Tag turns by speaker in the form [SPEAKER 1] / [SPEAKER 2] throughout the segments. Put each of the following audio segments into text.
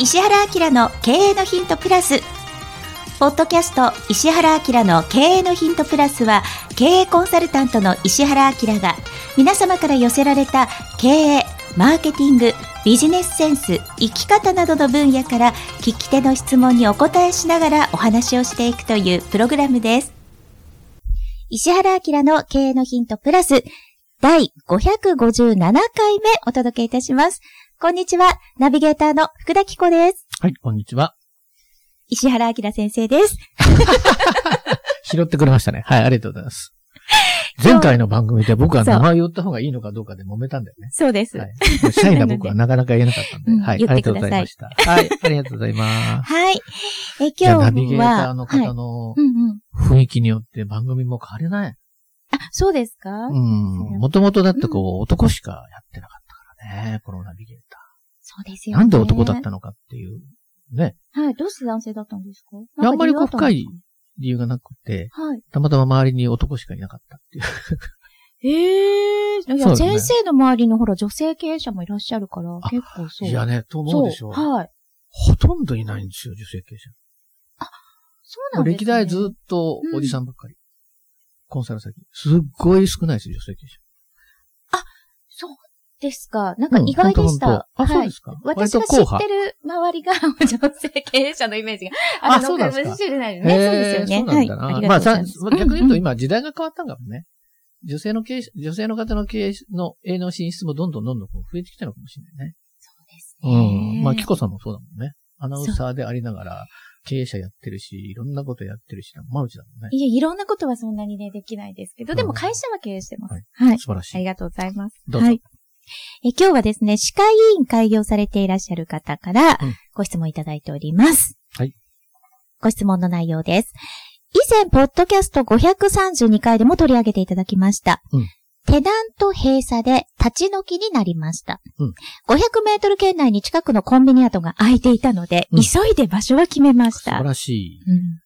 [SPEAKER 1] 石原明の経営のヒントプラスポッドキャスト石原明の経営のヒントプラスは経営コンサルタントの石原明が皆様から寄せられた経営マーケティングビジネスセンス生き方などの分野から聞き手の質問にお答えしながらお話をしていくというプログラムです石原明の経営のヒントプラス第557回目お届けいたしますこんにちはナビゲーターの福田紀子です
[SPEAKER 2] はい、こんにちは。
[SPEAKER 1] 石原明先生です
[SPEAKER 2] 拾ってくれましたね。はい、ありがとうござい ます。
[SPEAKER 1] 日
[SPEAKER 2] 前回の番組で僕は
[SPEAKER 1] そう
[SPEAKER 2] 名前言った方がいいのかどうかで揉めたんだよね。
[SPEAKER 1] そうです
[SPEAKER 2] はい。シャイな僕はなかなか言えなかったんで。
[SPEAKER 1] うん
[SPEAKER 2] はい、
[SPEAKER 1] 言
[SPEAKER 2] あ
[SPEAKER 1] っ
[SPEAKER 2] り
[SPEAKER 1] て
[SPEAKER 2] がと
[SPEAKER 1] くだ
[SPEAKER 2] うご
[SPEAKER 1] さ
[SPEAKER 2] ざ
[SPEAKER 1] い
[SPEAKER 2] いました。はい、ありがとうございます。
[SPEAKER 1] はい。え、
[SPEAKER 2] じゃあ、
[SPEAKER 1] 今
[SPEAKER 2] ナビ
[SPEAKER 1] 日
[SPEAKER 2] ゲーター
[SPEAKER 1] は、
[SPEAKER 2] の
[SPEAKER 1] はい
[SPEAKER 2] 方。の
[SPEAKER 1] うんうん。
[SPEAKER 2] 雰囲気によって番組も変われない。
[SPEAKER 1] あ、そうですか、
[SPEAKER 2] うん。もともとだってこう、男しかやってなかったからね、このナビゲータ
[SPEAKER 1] そうです
[SPEAKER 2] ー。
[SPEAKER 1] よ、ね。
[SPEAKER 2] なんで男だったのかっていう、ね、
[SPEAKER 1] はい。どうして男性だったんですか
[SPEAKER 2] いやあんまりこう
[SPEAKER 1] なんか理由が
[SPEAKER 2] 理由がなくて、
[SPEAKER 1] あったんです
[SPEAKER 2] たまたま周りに男しかいなかったっていう。
[SPEAKER 1] かはい。ええい
[SPEAKER 2] そ
[SPEAKER 1] や、
[SPEAKER 2] うですね
[SPEAKER 1] 先生の周りのほら、女性経営者もいらっしゃるから、
[SPEAKER 2] あ
[SPEAKER 1] 結構そう。
[SPEAKER 2] いやね、と思うでしょ。
[SPEAKER 1] そう。はい。
[SPEAKER 2] ほとんどいないんですよ、女性経営者。
[SPEAKER 1] そう
[SPEAKER 2] も
[SPEAKER 1] な
[SPEAKER 2] うん
[SPEAKER 1] です、ね、
[SPEAKER 2] 歴代ずっとおじさんばっかり。コンサル先。すっごい少ないですよ、女性経営者。
[SPEAKER 1] そうですか。なんか意外でし
[SPEAKER 2] うんほん
[SPEAKER 1] た。
[SPEAKER 2] とほんとあ、そう
[SPEAKER 1] は
[SPEAKER 2] で
[SPEAKER 1] い。
[SPEAKER 2] すか。
[SPEAKER 1] 私が
[SPEAKER 2] 割と
[SPEAKER 1] 知
[SPEAKER 2] 硬
[SPEAKER 1] って
[SPEAKER 2] 派。
[SPEAKER 1] る周りが 女性経営者のイメージが
[SPEAKER 2] あ
[SPEAKER 1] ある
[SPEAKER 2] そ
[SPEAKER 1] の
[SPEAKER 2] うなん
[SPEAKER 1] か
[SPEAKER 2] ですか
[SPEAKER 1] もしれないですね。そうで
[SPEAKER 2] へ
[SPEAKER 1] す
[SPEAKER 2] ー
[SPEAKER 1] よね。
[SPEAKER 2] そうなんだな。
[SPEAKER 1] はい。
[SPEAKER 2] まあ
[SPEAKER 1] りがと
[SPEAKER 2] さ
[SPEAKER 1] うございす
[SPEAKER 2] 逆に言うと
[SPEAKER 1] んん
[SPEAKER 2] 今時代が変わったんだもんね。女性の経営者、女性の方の経営の営農進出もどんどんどんどんこう増えてきたのかもしれないね。
[SPEAKER 1] そうですね
[SPEAKER 2] うん。まあ、キコさんもそうだもんね。アナウンサーでありながら、経営者やってるし、いろんなことやってるし、マルチだもんね。
[SPEAKER 1] いえ、いろんなことはそんなにね、できないですけど、でも会社は経営してます。
[SPEAKER 2] はい
[SPEAKER 1] はい。
[SPEAKER 2] 素晴らし
[SPEAKER 1] あ
[SPEAKER 2] い
[SPEAKER 1] り。がとうございます。
[SPEAKER 2] どうぞ
[SPEAKER 1] はい。え今日はですね、歯科医院開業されていらっしゃる方から
[SPEAKER 2] うん、
[SPEAKER 1] ご質問いただいております。
[SPEAKER 2] はい。
[SPEAKER 1] ご質問の内容です。以前、ポッドキャスト532回でも取り上げていただきました。
[SPEAKER 2] うん
[SPEAKER 1] テナント閉鎖で立ち退きになりました。
[SPEAKER 2] うん
[SPEAKER 1] 500メートル圏内に近くのコンビニ跡が空いていたので、
[SPEAKER 2] うん
[SPEAKER 1] 急いで場所は決めまし
[SPEAKER 2] 素
[SPEAKER 1] た。
[SPEAKER 2] 晴らしい。
[SPEAKER 1] うん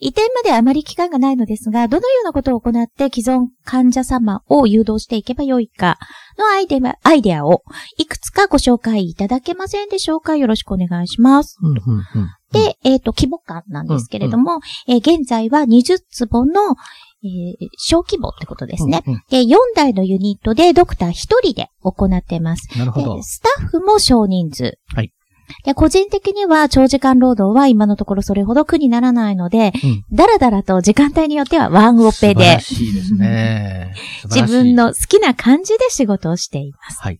[SPEAKER 1] 移転まであまり期間がないのですが、どのようなことを行って既存患者様を誘導していけばよいかのアイデアアイデアをいくつかご紹介いただけませんでしょうかよろしくお願いします。
[SPEAKER 2] うん、うん、うん。
[SPEAKER 1] で、えっ、と、規模感なんですけれども、えー現在は20坪の、えー小規模ってことですね。
[SPEAKER 2] うん。うん
[SPEAKER 1] で、4台のユニットでドクター1人で行ってます。
[SPEAKER 2] なるほ
[SPEAKER 1] で
[SPEAKER 2] ど。
[SPEAKER 1] スタッフも少人数。
[SPEAKER 2] はい
[SPEAKER 1] で、個人的には長時間労働は今のところそれほど苦にならないので、
[SPEAKER 2] うん
[SPEAKER 1] だらだらと時間帯によってはワンオペで
[SPEAKER 2] 素晴らしいですね。素
[SPEAKER 1] 自
[SPEAKER 2] 晴らしい
[SPEAKER 1] 分の好きな感じで仕事をしています。
[SPEAKER 2] はい。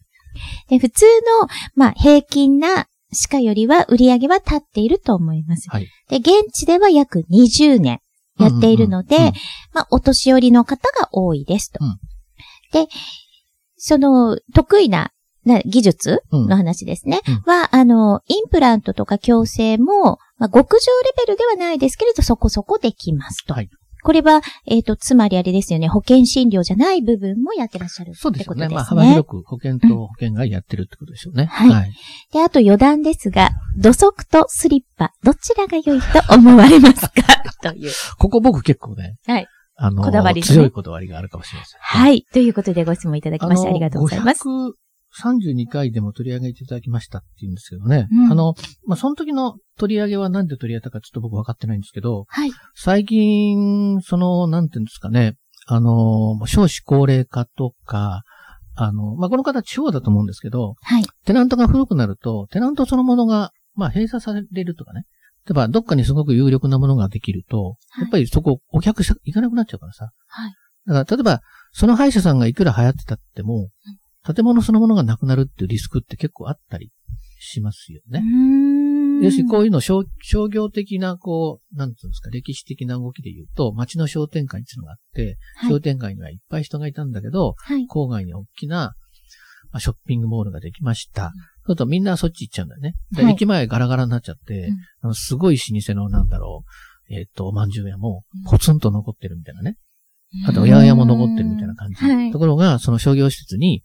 [SPEAKER 1] で普通の、まあ、平均な歯科よりは売り上げは立っていると思います。
[SPEAKER 2] はい
[SPEAKER 1] で、現地では約20年やっているので、
[SPEAKER 2] うんうんうん
[SPEAKER 1] まあ、お年寄りの方が多いですと。
[SPEAKER 2] うん
[SPEAKER 1] で、その、得意な、な技術
[SPEAKER 2] うん
[SPEAKER 1] の話ですね。
[SPEAKER 2] うん
[SPEAKER 1] は、あの、インプラントとか矯正も、まあ、極上レベルではないですけれど、そこそこできますと。
[SPEAKER 2] はい
[SPEAKER 1] これは、えっ、と、つまりあれですよね、保険診療じゃない部分もやってらっしゃるってこ
[SPEAKER 2] そう
[SPEAKER 1] と
[SPEAKER 2] で
[SPEAKER 1] ですす
[SPEAKER 2] よ
[SPEAKER 1] ね。
[SPEAKER 2] ね。まあ、幅広く保険と保険がやってるってことですよね。
[SPEAKER 1] はい
[SPEAKER 2] い。
[SPEAKER 1] で、あと余談ですが、土足とスリッパ、どちらが良いと思われ ますかという。
[SPEAKER 2] ここ僕結構ね。
[SPEAKER 1] はい。
[SPEAKER 2] あの、
[SPEAKER 1] こだわりね
[SPEAKER 2] 強いこだわりがあるかもしれません。。
[SPEAKER 1] はいい。ということでご質問いただきましてありがとうございます。
[SPEAKER 2] 532回でも取り上げていただきましたって言うんですけどね。
[SPEAKER 1] うん
[SPEAKER 2] あの、まあ、その時の取り上げはなんで取り上げたかちょっと僕分かってないんですけど、
[SPEAKER 1] はい。
[SPEAKER 2] 最近、その、なんていうんですかね、あの、少子高齢化とか、あの、まあ、この方地方だと思うんですけど、
[SPEAKER 1] はい。
[SPEAKER 2] テナントが古くなると、テナントそのものが、まあ、閉鎖されるとかね。例えば、どっかにすごく有力なものができると、
[SPEAKER 1] はい
[SPEAKER 2] やっぱりそこ、お客さん行かなくなっちゃうからさ。
[SPEAKER 1] はい
[SPEAKER 2] だから、例えば、その歯医者さんがいくら流行ってたっても、建物そのものがなくなるっていうリスクって結構あったりしますよね。
[SPEAKER 1] よ
[SPEAKER 2] よし、こういうの商商業的な、こう、なんていうんですか、歴史的な動きで言うと、街の商店街っていうのがあって、
[SPEAKER 1] はい
[SPEAKER 2] 商店街にはいっぱい人がいたんだけど、
[SPEAKER 1] はい。
[SPEAKER 2] 郊外に大きなまあショッピングモールができました。そうするとみんなそっち行っちゃうんだよね。で
[SPEAKER 1] はい
[SPEAKER 2] 駅前ガラガラになっちゃって、
[SPEAKER 1] うん
[SPEAKER 2] あのすごい老舗のなんだろう、えっ、と、おまんじゅう屋も
[SPEAKER 1] うん
[SPEAKER 2] ポツンと残ってるみたいなね。あと、八百屋も残ってるみたいな感じ。
[SPEAKER 1] はい
[SPEAKER 2] と。ころが、その商業施設に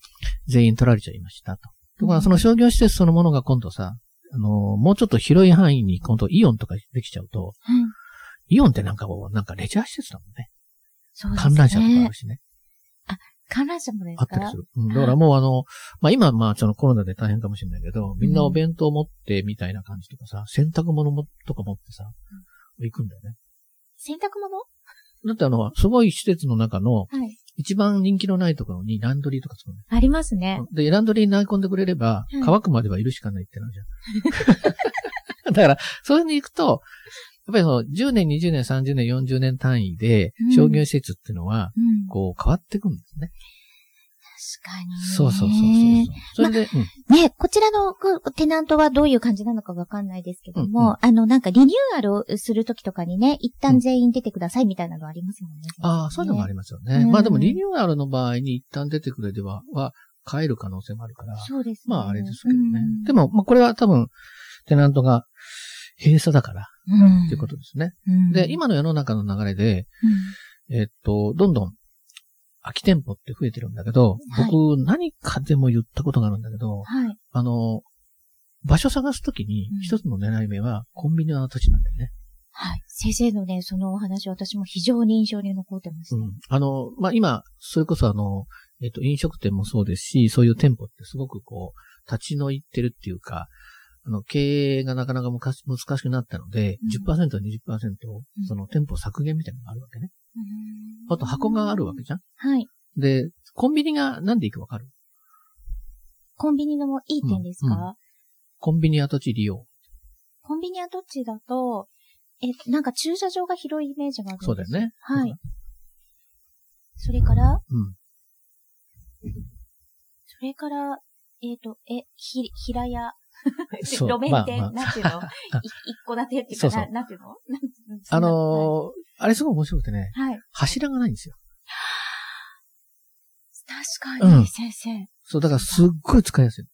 [SPEAKER 2] 全員取られちゃいましたと。ところが、その商業施設そのものが今度さ、あのーもうちょっと広い範囲に今度イオンとかできちゃうと、
[SPEAKER 1] はい
[SPEAKER 2] イオンってなんかもうなんかレジャー施設だもんね。
[SPEAKER 1] そうですね
[SPEAKER 2] 観覧車とかあるしね。
[SPEAKER 1] 観覧車もです
[SPEAKER 2] あ
[SPEAKER 1] か
[SPEAKER 2] ったりする。うん、だからもうあの、まあ今、まあそのコロナで大変かもしれないけど、みんなお弁当持ってみたいな感じとかさ、洗濯物もとか持ってさ、行くんだよね。
[SPEAKER 1] 洗濯物
[SPEAKER 2] だってあの、すごい施設の中
[SPEAKER 1] は
[SPEAKER 2] の
[SPEAKER 1] い。
[SPEAKER 2] 一番人気のないところにランドリーとか作る
[SPEAKER 1] あ
[SPEAKER 2] の
[SPEAKER 1] りますね。
[SPEAKER 2] よで、ランドリーに投げ込んでくれれば
[SPEAKER 1] うん、
[SPEAKER 2] 乾くまではいるしかないってなるじゃん。 だから、そういうのに行くと、やっぱりその10年、20年、30年、40年単位で
[SPEAKER 1] うん、
[SPEAKER 2] 商業施設っていうのは、
[SPEAKER 1] うん。確
[SPEAKER 2] こう変わってくんですね。
[SPEAKER 1] かにね。
[SPEAKER 2] そうそうそうそうそう。それで、うん。
[SPEAKER 1] ね、こちらのこうテナントはどういう感じなのかわかんないですけども、
[SPEAKER 2] うんう
[SPEAKER 1] あの、なんかリニューアルをするときとかにね、一旦全員出てくださいみたいなのありますもんね。
[SPEAKER 2] ああ、そういうのもあ
[SPEAKER 1] り
[SPEAKER 2] りますよね。
[SPEAKER 1] うん
[SPEAKER 2] まあでもリニューアルの場合に一旦出てくれでは、は、変える可能性もあるから、
[SPEAKER 1] そうです、
[SPEAKER 2] まああれですけどね。
[SPEAKER 1] うん
[SPEAKER 2] で、も、まあこれは多分、テナントが閉鎖だから
[SPEAKER 1] うん、
[SPEAKER 2] っていうことですね。
[SPEAKER 1] うん
[SPEAKER 2] で、、今の世の中の流れで、
[SPEAKER 1] うん
[SPEAKER 2] えっと、どんどん空き店舗って増えてるんだけど、
[SPEAKER 1] はい
[SPEAKER 2] 僕何かでも言ったことがあるんだけど、
[SPEAKER 1] はい。
[SPEAKER 2] あの、場所探すときに
[SPEAKER 1] うん
[SPEAKER 2] 一つの狙い目はコンビニの跡地なんだよね。
[SPEAKER 1] はい。先生のね、そのお話、私も非常に印象に残ってます、
[SPEAKER 2] うん。あの、まあ、今、それこそあの、えっ、と、飲食店もそうですし、そういう店舗ってすごくこう、立ち退いてるっていうか、あの、経営がなかなか昔難しくなったので、
[SPEAKER 1] う
[SPEAKER 2] 10%、20%、
[SPEAKER 1] ん
[SPEAKER 2] その店舗削減みたいなのがあるわけね。
[SPEAKER 1] うん
[SPEAKER 2] あと箱があるわけじゃん。
[SPEAKER 1] はい。
[SPEAKER 2] で、コンビニがなんで行くかわかる
[SPEAKER 1] コンビニのもいい点ですか、
[SPEAKER 2] うんコンビニ跡地利用。
[SPEAKER 1] コンビニはどっちだと、え、なんか駐車場が広いイメージがあるんです
[SPEAKER 2] そうだよ。ね。
[SPEAKER 1] はい
[SPEAKER 2] だか。
[SPEAKER 1] それから、
[SPEAKER 2] ら。うん。
[SPEAKER 1] それから、えっ、と、え、ひ、平屋。
[SPEAKER 2] そう
[SPEAKER 1] 路面店、
[SPEAKER 2] まあまあ
[SPEAKER 1] なんて いうのい一戸建てっていうか、
[SPEAKER 2] そうそう
[SPEAKER 1] ななんていうのなんていう
[SPEAKER 2] あのーあれすごい面白くてね、
[SPEAKER 1] そんなはい。
[SPEAKER 2] 柱がないんですよ。
[SPEAKER 1] 確かに、
[SPEAKER 2] うん
[SPEAKER 1] 先生。
[SPEAKER 2] そう、だからすっごい使いやすい。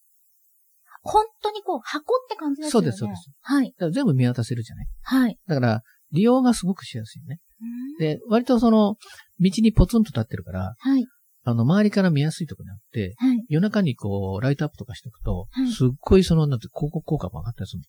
[SPEAKER 1] 本当にこう、箱って感じですよね。
[SPEAKER 2] そうですそうです。
[SPEAKER 1] はい。
[SPEAKER 2] だから全部見渡せるじゃない。
[SPEAKER 1] はい。
[SPEAKER 2] だから、利用がすごくしやすいね。
[SPEAKER 1] うーん
[SPEAKER 2] で、割とその、道にポツンと立ってるから、
[SPEAKER 1] はい。
[SPEAKER 2] あの、周りから見やすいとこにあって、
[SPEAKER 1] はい。
[SPEAKER 2] 夜中にこう、ライトアップとかしておくと
[SPEAKER 1] はい、
[SPEAKER 2] すっごいその、なんて、広告効果も上がったりする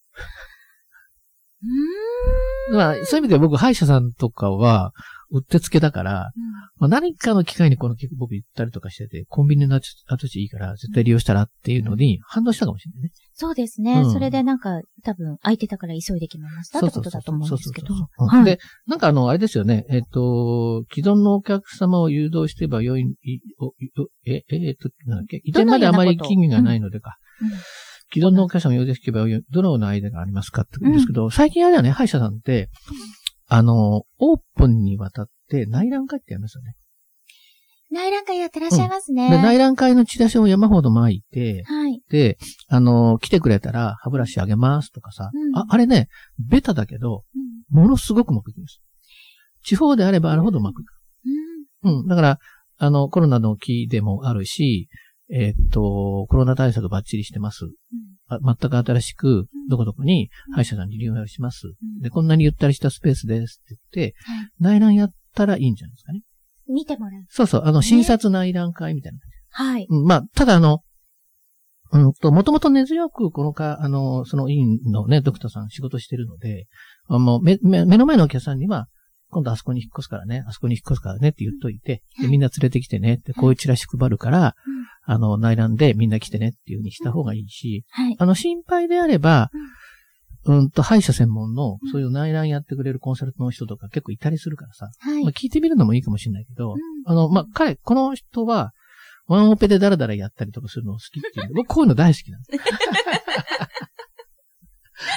[SPEAKER 1] うーん。
[SPEAKER 2] の。まあ、そういう意味で僕、歯医者さんとかは、うってつけだから、まあ、何かの機会にこの曲僕行ったりとかしてて、コンビニの跡跡地いいから、絶対利用したらっていうのに反応したかもしれないね。
[SPEAKER 1] そうですね、
[SPEAKER 2] うん
[SPEAKER 1] それでなんか、多分、空いてたから急いで決めましたってことだと思うんですけど。
[SPEAKER 2] そうそう
[SPEAKER 1] は
[SPEAKER 2] そうそう
[SPEAKER 1] はい
[SPEAKER 2] で、なんかあの、あれですよね。えっ、と、既存のお客様を誘導してばよい、いおいおえ、ええっと、なんだっけ、移転まであまり
[SPEAKER 1] どのようなこと
[SPEAKER 2] 金利がないのでか。
[SPEAKER 1] うん
[SPEAKER 2] 既存のお客様を誘導してばよい、どのような間がありますかって言うんですけど、最近あれだね、歯医者さんって、あの、オープンにわたって内覧会ってやりますよね。
[SPEAKER 1] 内覧会やってらっしゃいますね。
[SPEAKER 2] で内覧会のチラシを山ほど巻いて、
[SPEAKER 1] はい。
[SPEAKER 2] で、あの、来てくれたら歯ブラシあげますとかさ、
[SPEAKER 1] うん
[SPEAKER 2] あ、あれね、ベタだけど、
[SPEAKER 1] うん
[SPEAKER 2] ものすごくうまくいきます。地方であればあるほどうまくいく。
[SPEAKER 1] うん
[SPEAKER 2] うん。だから、あの、コロナの期でもあるし、えーっと、コロナ対策バッチリしてます。
[SPEAKER 1] うん
[SPEAKER 2] あ全く新しく、どこどこに歯医者さんにリニューアルします。で、こんなにゆったりしたスペースですって
[SPEAKER 1] は
[SPEAKER 2] 言って、内覧やったらいいんじゃないですかね。
[SPEAKER 1] い見てもらう。
[SPEAKER 2] そうそう、あの、診察内覧会みたいな。
[SPEAKER 1] はい。
[SPEAKER 2] うんまあ、ただあの、うんと、もともと根強く、このか、あの、その委員のね、ドクターさん仕事してるので、あもう目、目、目の前のお客さんには、今度あそこに引っ越すからね、あそこに引っ越すからねって言っといて、でみんな連れてきてねって、こういうチラシ配るから、
[SPEAKER 1] うん
[SPEAKER 2] あの、内覧でみんな来てねっていう風にした方がいいし、
[SPEAKER 1] はい。
[SPEAKER 2] あの、心配であれば、うんと、歯医者専門の、そういう内覧やってくれるコンサルトの人とか結構いたりするからさ、
[SPEAKER 1] はい。
[SPEAKER 2] まあ、聞いてみるのもいいかもしれないけど、
[SPEAKER 1] うん
[SPEAKER 2] あの、まあ、彼、この人は、ワンオペでダラダラやったりとかするの好きっていうんで、僕こういうの大好きなん です。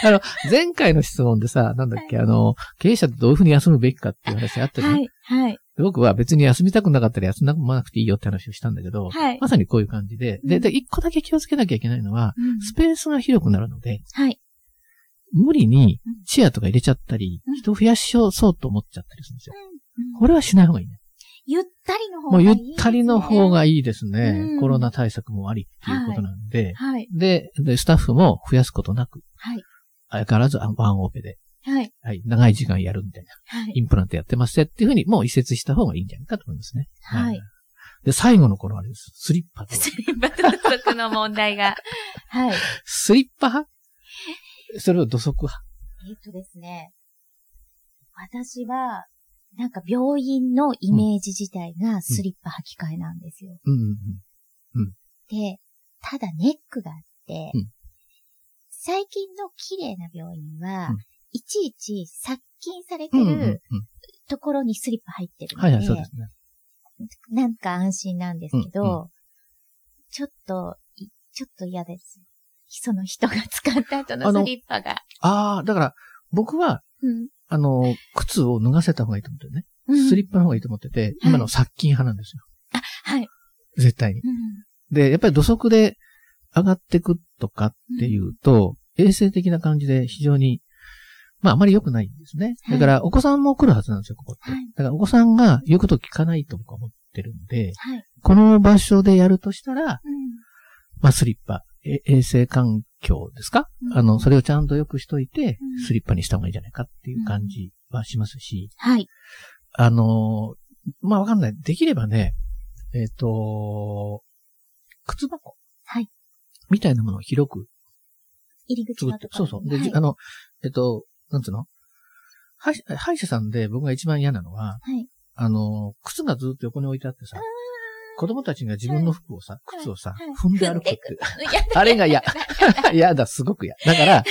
[SPEAKER 2] あの、前回の質問でさ、なんだっけ、あの、経営者ってどういうふうに休むべきかっていう話あったじゃん、
[SPEAKER 1] はい。はい。
[SPEAKER 2] で僕は別に休みたくなかったら休まなくていいよって話をしたんだけど、
[SPEAKER 1] はい。
[SPEAKER 2] まさにこういう感じで、で、で、一個だけ気をつけなきゃいけないのは、
[SPEAKER 1] うん
[SPEAKER 2] スペースが広くなるので、
[SPEAKER 1] はい。
[SPEAKER 2] 無理に
[SPEAKER 1] うん
[SPEAKER 2] チェアとか入れちゃったり
[SPEAKER 1] うん、
[SPEAKER 2] 人増やしようそうと思っちゃったりするんですよ。
[SPEAKER 1] うん
[SPEAKER 2] これはしない方がいいね。
[SPEAKER 1] ゆったりの方
[SPEAKER 2] も
[SPEAKER 1] が
[SPEAKER 2] う
[SPEAKER 1] いい
[SPEAKER 2] ゆ
[SPEAKER 1] です
[SPEAKER 2] っ
[SPEAKER 1] ね。
[SPEAKER 2] たりの方がいいですね。
[SPEAKER 1] うん
[SPEAKER 2] コロナ対策もありっていうことなんで、
[SPEAKER 1] はい。
[SPEAKER 2] でで、スタッフも増やすことなく、
[SPEAKER 1] はい。
[SPEAKER 2] 相変わらずあワンオペで、
[SPEAKER 1] はい。
[SPEAKER 2] はい、長い時間やるみたいな、
[SPEAKER 1] はい。
[SPEAKER 2] インプラントやってますってっていうふうにもう移設した方がいいんじゃないかと思いますね。
[SPEAKER 1] はい。
[SPEAKER 2] で、最後の頃あれです。スリッパと。
[SPEAKER 1] スリッパと土足の問題が。はい。
[SPEAKER 2] スリッパ派それを土足派。
[SPEAKER 1] えっとですね。私は、なんか病院のイメージ自体がスリッパ履き替えなんですよ。
[SPEAKER 2] うんうんうん。
[SPEAKER 1] で、ただネックがあって、
[SPEAKER 2] うん
[SPEAKER 1] 最近の綺麗な病院は、
[SPEAKER 2] うん
[SPEAKER 1] いちいち殺菌されて
[SPEAKER 2] うんうんうん
[SPEAKER 1] るところにスリッパ入ってるの
[SPEAKER 2] はい
[SPEAKER 1] で、
[SPEAKER 2] はい、そうですね。
[SPEAKER 1] なんか安心なんですけど、
[SPEAKER 2] うん
[SPEAKER 1] ちょっと、いちょっと嫌です。その人が使った後
[SPEAKER 2] あ
[SPEAKER 1] の
[SPEAKER 2] の
[SPEAKER 1] スリッパが。
[SPEAKER 2] ああ、だから、僕は、
[SPEAKER 1] うん
[SPEAKER 2] あの、靴を脱がせた方がいいと思ってるね。
[SPEAKER 1] うん
[SPEAKER 2] スリッパの方がいいと思ってて、今の殺菌派なんですよ。
[SPEAKER 1] はい。
[SPEAKER 2] 絶対に。
[SPEAKER 1] うん
[SPEAKER 2] で、やっぱり土足で上がってくとかっていうと、衛生的な感じで非常に、まああまり良くないんですね。
[SPEAKER 1] はい
[SPEAKER 2] だからお子さんも来るはずなんですよ、ここって。
[SPEAKER 1] はい
[SPEAKER 2] だからお子さんが言うこと聞かないと僕は思ってるんで、
[SPEAKER 1] はい。
[SPEAKER 2] この場所でやるとしたら、
[SPEAKER 1] うん
[SPEAKER 2] まあスリッパ、え衛生環境ですか、
[SPEAKER 1] うん
[SPEAKER 2] あの、それをちゃんと良くしといて
[SPEAKER 1] うん、
[SPEAKER 2] スリッパにした方がいいんじゃないかっていう感じはしますし、
[SPEAKER 1] はい。
[SPEAKER 2] あのーまあわかんない。できればね、えっ、と、靴箱
[SPEAKER 1] はい
[SPEAKER 2] みたいなものを広く
[SPEAKER 1] 入り口
[SPEAKER 2] 作
[SPEAKER 1] の
[SPEAKER 2] って
[SPEAKER 1] と、こ
[SPEAKER 2] そ
[SPEAKER 1] ろ
[SPEAKER 2] う
[SPEAKER 1] に
[SPEAKER 2] そう。で、
[SPEAKER 1] はい
[SPEAKER 2] じあの、えっと、なんつうの歯医歯医者さんで僕が一番嫌なのは、
[SPEAKER 1] はい
[SPEAKER 2] あの、靴がずっと横に置いてあってさ、子供たちが自分の服をさ、
[SPEAKER 1] はい
[SPEAKER 2] 靴をさ、
[SPEAKER 1] はい
[SPEAKER 2] 踏んで歩くっていう。
[SPEAKER 1] いや
[SPEAKER 2] あれ が嫌。嫌だ、すごく嫌。だから、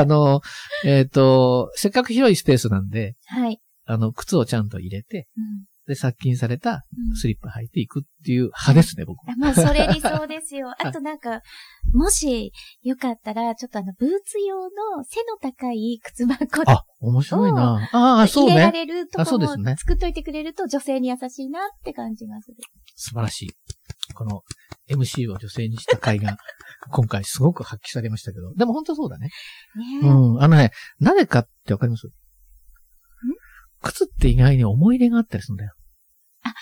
[SPEAKER 2] あの、えっ、と、せっかく広いスペースなんで、
[SPEAKER 1] はい。
[SPEAKER 2] あの、靴をちゃんと入れて、
[SPEAKER 1] うん
[SPEAKER 2] で、殺菌された
[SPEAKER 1] うん
[SPEAKER 2] スリッパ履いていくっていう派ですね、僕。
[SPEAKER 1] あ まあ、それ理想です よ。あとなんか、もし、よかったら、ちょっとあの、ブーツ用の背の高い靴箱
[SPEAKER 2] あ、面白いなああ、そう
[SPEAKER 1] 入れら
[SPEAKER 2] ね。
[SPEAKER 1] れると
[SPEAKER 2] あそ
[SPEAKER 1] こ
[SPEAKER 2] うで
[SPEAKER 1] も
[SPEAKER 2] すね
[SPEAKER 1] 作っといてくれると女性に優しいなって感じがする。
[SPEAKER 2] 素晴らしい。この MC を女性にした会が、 今回すごく発揮されましたけど。でも本当そうだね。
[SPEAKER 1] ねえ。
[SPEAKER 2] うん。あのね、なぜかってわかります靴って意外に思い入れがあったりするんだよ。
[SPEAKER 1] あ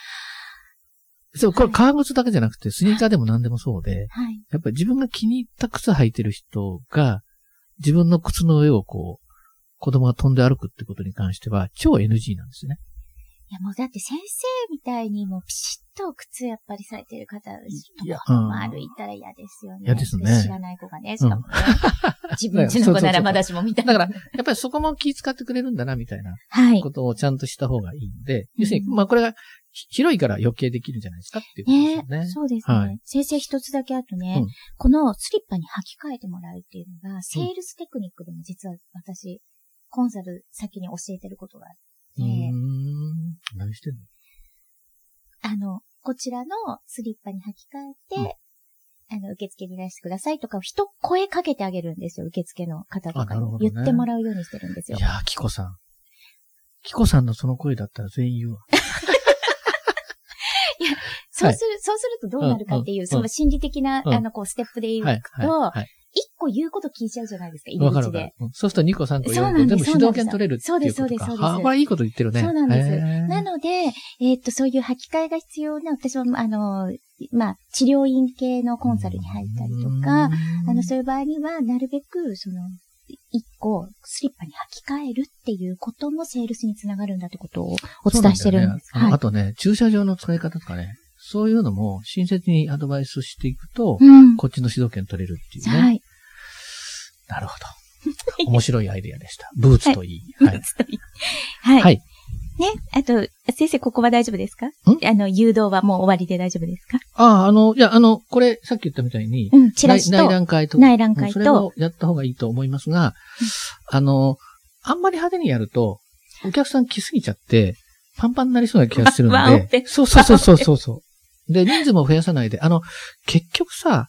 [SPEAKER 2] そう、これ
[SPEAKER 1] はい
[SPEAKER 2] 革靴だけじゃなくて、スニーカーでも何でもそうで、
[SPEAKER 1] はい。
[SPEAKER 2] やっぱり自分が気に入った靴履いてる人が、自分の靴の上をこう、子供が飛んで歩くってことに関しては、超 NG なんですよね。
[SPEAKER 1] いや、もうだって先生みたいにもうピシッと靴やっぱりされてる方、
[SPEAKER 2] いや
[SPEAKER 1] まあ歩いたら嫌ですよね。
[SPEAKER 2] 嫌ですね
[SPEAKER 1] 知らない子がね、し かもね。自分ちの子ならまだしもみたいな。
[SPEAKER 2] だから、やっぱりそこも気遣ってくれるんだな、みたいな
[SPEAKER 1] はい。
[SPEAKER 2] ことをちゃんとした方がいいので、要するに、
[SPEAKER 1] うん
[SPEAKER 2] まあこれがひ広いから余計できるんじゃないですかっていうことです
[SPEAKER 1] ね
[SPEAKER 2] よね。
[SPEAKER 1] そうですね。
[SPEAKER 2] はい
[SPEAKER 1] 先生一つだけあとね、
[SPEAKER 2] うん
[SPEAKER 1] このスリッパに履き替えてもらうっていうのが、セールステクニックでも実は私、コンサル先に教えてることがあって、
[SPEAKER 2] うーん。何してんの
[SPEAKER 1] あの、こちらのスリッパに履き替えて、あの、受付にいらしてくださいとかを一声かけてあげるんですよ、受付の方と
[SPEAKER 2] あ
[SPEAKER 1] か
[SPEAKER 2] な
[SPEAKER 1] に
[SPEAKER 2] るほ。どね
[SPEAKER 1] 言ってもらうようにしてるんですよ
[SPEAKER 2] い。やー、キコさん。キコさんのその声だったら全員言うわ。
[SPEAKER 1] そうする、そうするとどうなるかっていう、
[SPEAKER 2] うん
[SPEAKER 1] その心理的な、
[SPEAKER 2] うん
[SPEAKER 1] あの、こう、ステップで言うと、
[SPEAKER 2] は
[SPEAKER 1] 一、
[SPEAKER 2] い。はい。
[SPEAKER 1] 個言うこと聞いちゃうじゃないですか、入
[SPEAKER 2] わ
[SPEAKER 1] り
[SPEAKER 2] かる
[SPEAKER 1] 口
[SPEAKER 2] わか
[SPEAKER 1] で
[SPEAKER 2] る。。うんそうすると2個3個
[SPEAKER 1] そうな
[SPEAKER 2] 4
[SPEAKER 1] ん
[SPEAKER 2] 個全部
[SPEAKER 1] です
[SPEAKER 2] 主導権取れるってい
[SPEAKER 1] そ
[SPEAKER 2] うことか。
[SPEAKER 1] うですそうですそうです
[SPEAKER 2] あ、これいいこと言ってるね。
[SPEAKER 1] そうなんです
[SPEAKER 2] へー
[SPEAKER 1] なので、えっと、そういう履き替えが必要な、私も、あの、まあ、治療院系のコンサルに入ったりとか、、あの、そういう場合には、なるべく、その、一個、スリッパに履き替えるっていうこともセールスにつながるんだってことをお伝えしてるんです。
[SPEAKER 2] そうなんだよねあの
[SPEAKER 1] は
[SPEAKER 2] あ
[SPEAKER 1] い。
[SPEAKER 2] とね、駐車場の使い方とかね、そういうのも親切にアドバイスしていくと、
[SPEAKER 1] うん。
[SPEAKER 2] こっちの主導権取れるっていう
[SPEAKER 1] は
[SPEAKER 2] ね。
[SPEAKER 1] い。
[SPEAKER 2] なるほど。 面白いアイデアでした。ブーツといい。はい。
[SPEAKER 1] はい。
[SPEAKER 2] はい
[SPEAKER 1] ね。あと、先生、ここは大丈夫ですかあの、誘導はもう終わりで大丈夫ですか
[SPEAKER 2] ああ、あの、いや、あの、これ、さっき言ったみたいに、
[SPEAKER 1] うん。チラシ
[SPEAKER 2] 内内
[SPEAKER 1] と、
[SPEAKER 2] 覧会とか、
[SPEAKER 1] 内覧会
[SPEAKER 2] それ
[SPEAKER 1] と、
[SPEAKER 2] をやった方がいいと思いますが、あの、あんまり派手にやると、お客さん来すぎちゃって、パンパンになりそうな気がする
[SPEAKER 1] ワンオ
[SPEAKER 2] ん
[SPEAKER 1] ペ
[SPEAKER 2] で、そうそうそうそうそうそう。で、人数も増やさないで、あの、結局さ、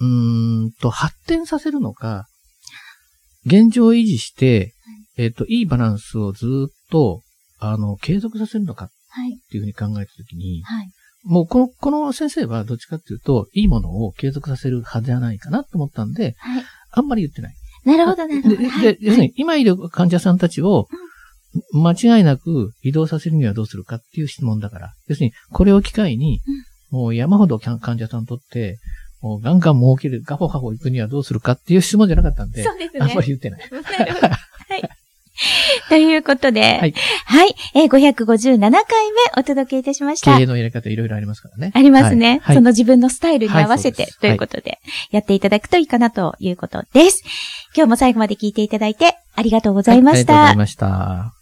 [SPEAKER 2] うーんと、発展させるのか、現状を維持して、えっ、と、いいバランスをずーっと、あの、継続させるのかっ
[SPEAKER 1] はい。
[SPEAKER 2] ていうふうに考えたときに、
[SPEAKER 1] はい。
[SPEAKER 2] もうこの、この先生はどっちかっていうと、いいものを継続させる派ではないかなと思ったんで、
[SPEAKER 1] はい。
[SPEAKER 2] あんまり言ってない。
[SPEAKER 1] なるほど、なるほ
[SPEAKER 2] で、
[SPEAKER 1] ど。
[SPEAKER 2] で
[SPEAKER 1] はい。
[SPEAKER 2] 要するに、今いる患者さんたちを、間違いなく移動させるにはどうするかっていう質問だから。要するに、これを機会に、もう山ほど患患者さんとって、もうガンガン儲ける、ガホガホ行くにはどうするかっていう質問じゃなかったんで、
[SPEAKER 1] そうですね。
[SPEAKER 2] あんまり言ってない。
[SPEAKER 1] なるほどはい。ということで、はいい。えー、557回目お届けいたしまし
[SPEAKER 2] 経
[SPEAKER 1] た
[SPEAKER 2] 営。のやり方いろいろありますからね。
[SPEAKER 1] ありますね、
[SPEAKER 2] はい
[SPEAKER 1] そ
[SPEAKER 2] はい
[SPEAKER 1] の自分のスタイルに合わせて、
[SPEAKER 2] はい
[SPEAKER 1] ということで、やっていただくといいかなということです。今日も最後まで聞いていただいてありがとうございまし
[SPEAKER 2] は
[SPEAKER 1] た
[SPEAKER 2] ありがとうござい。ました。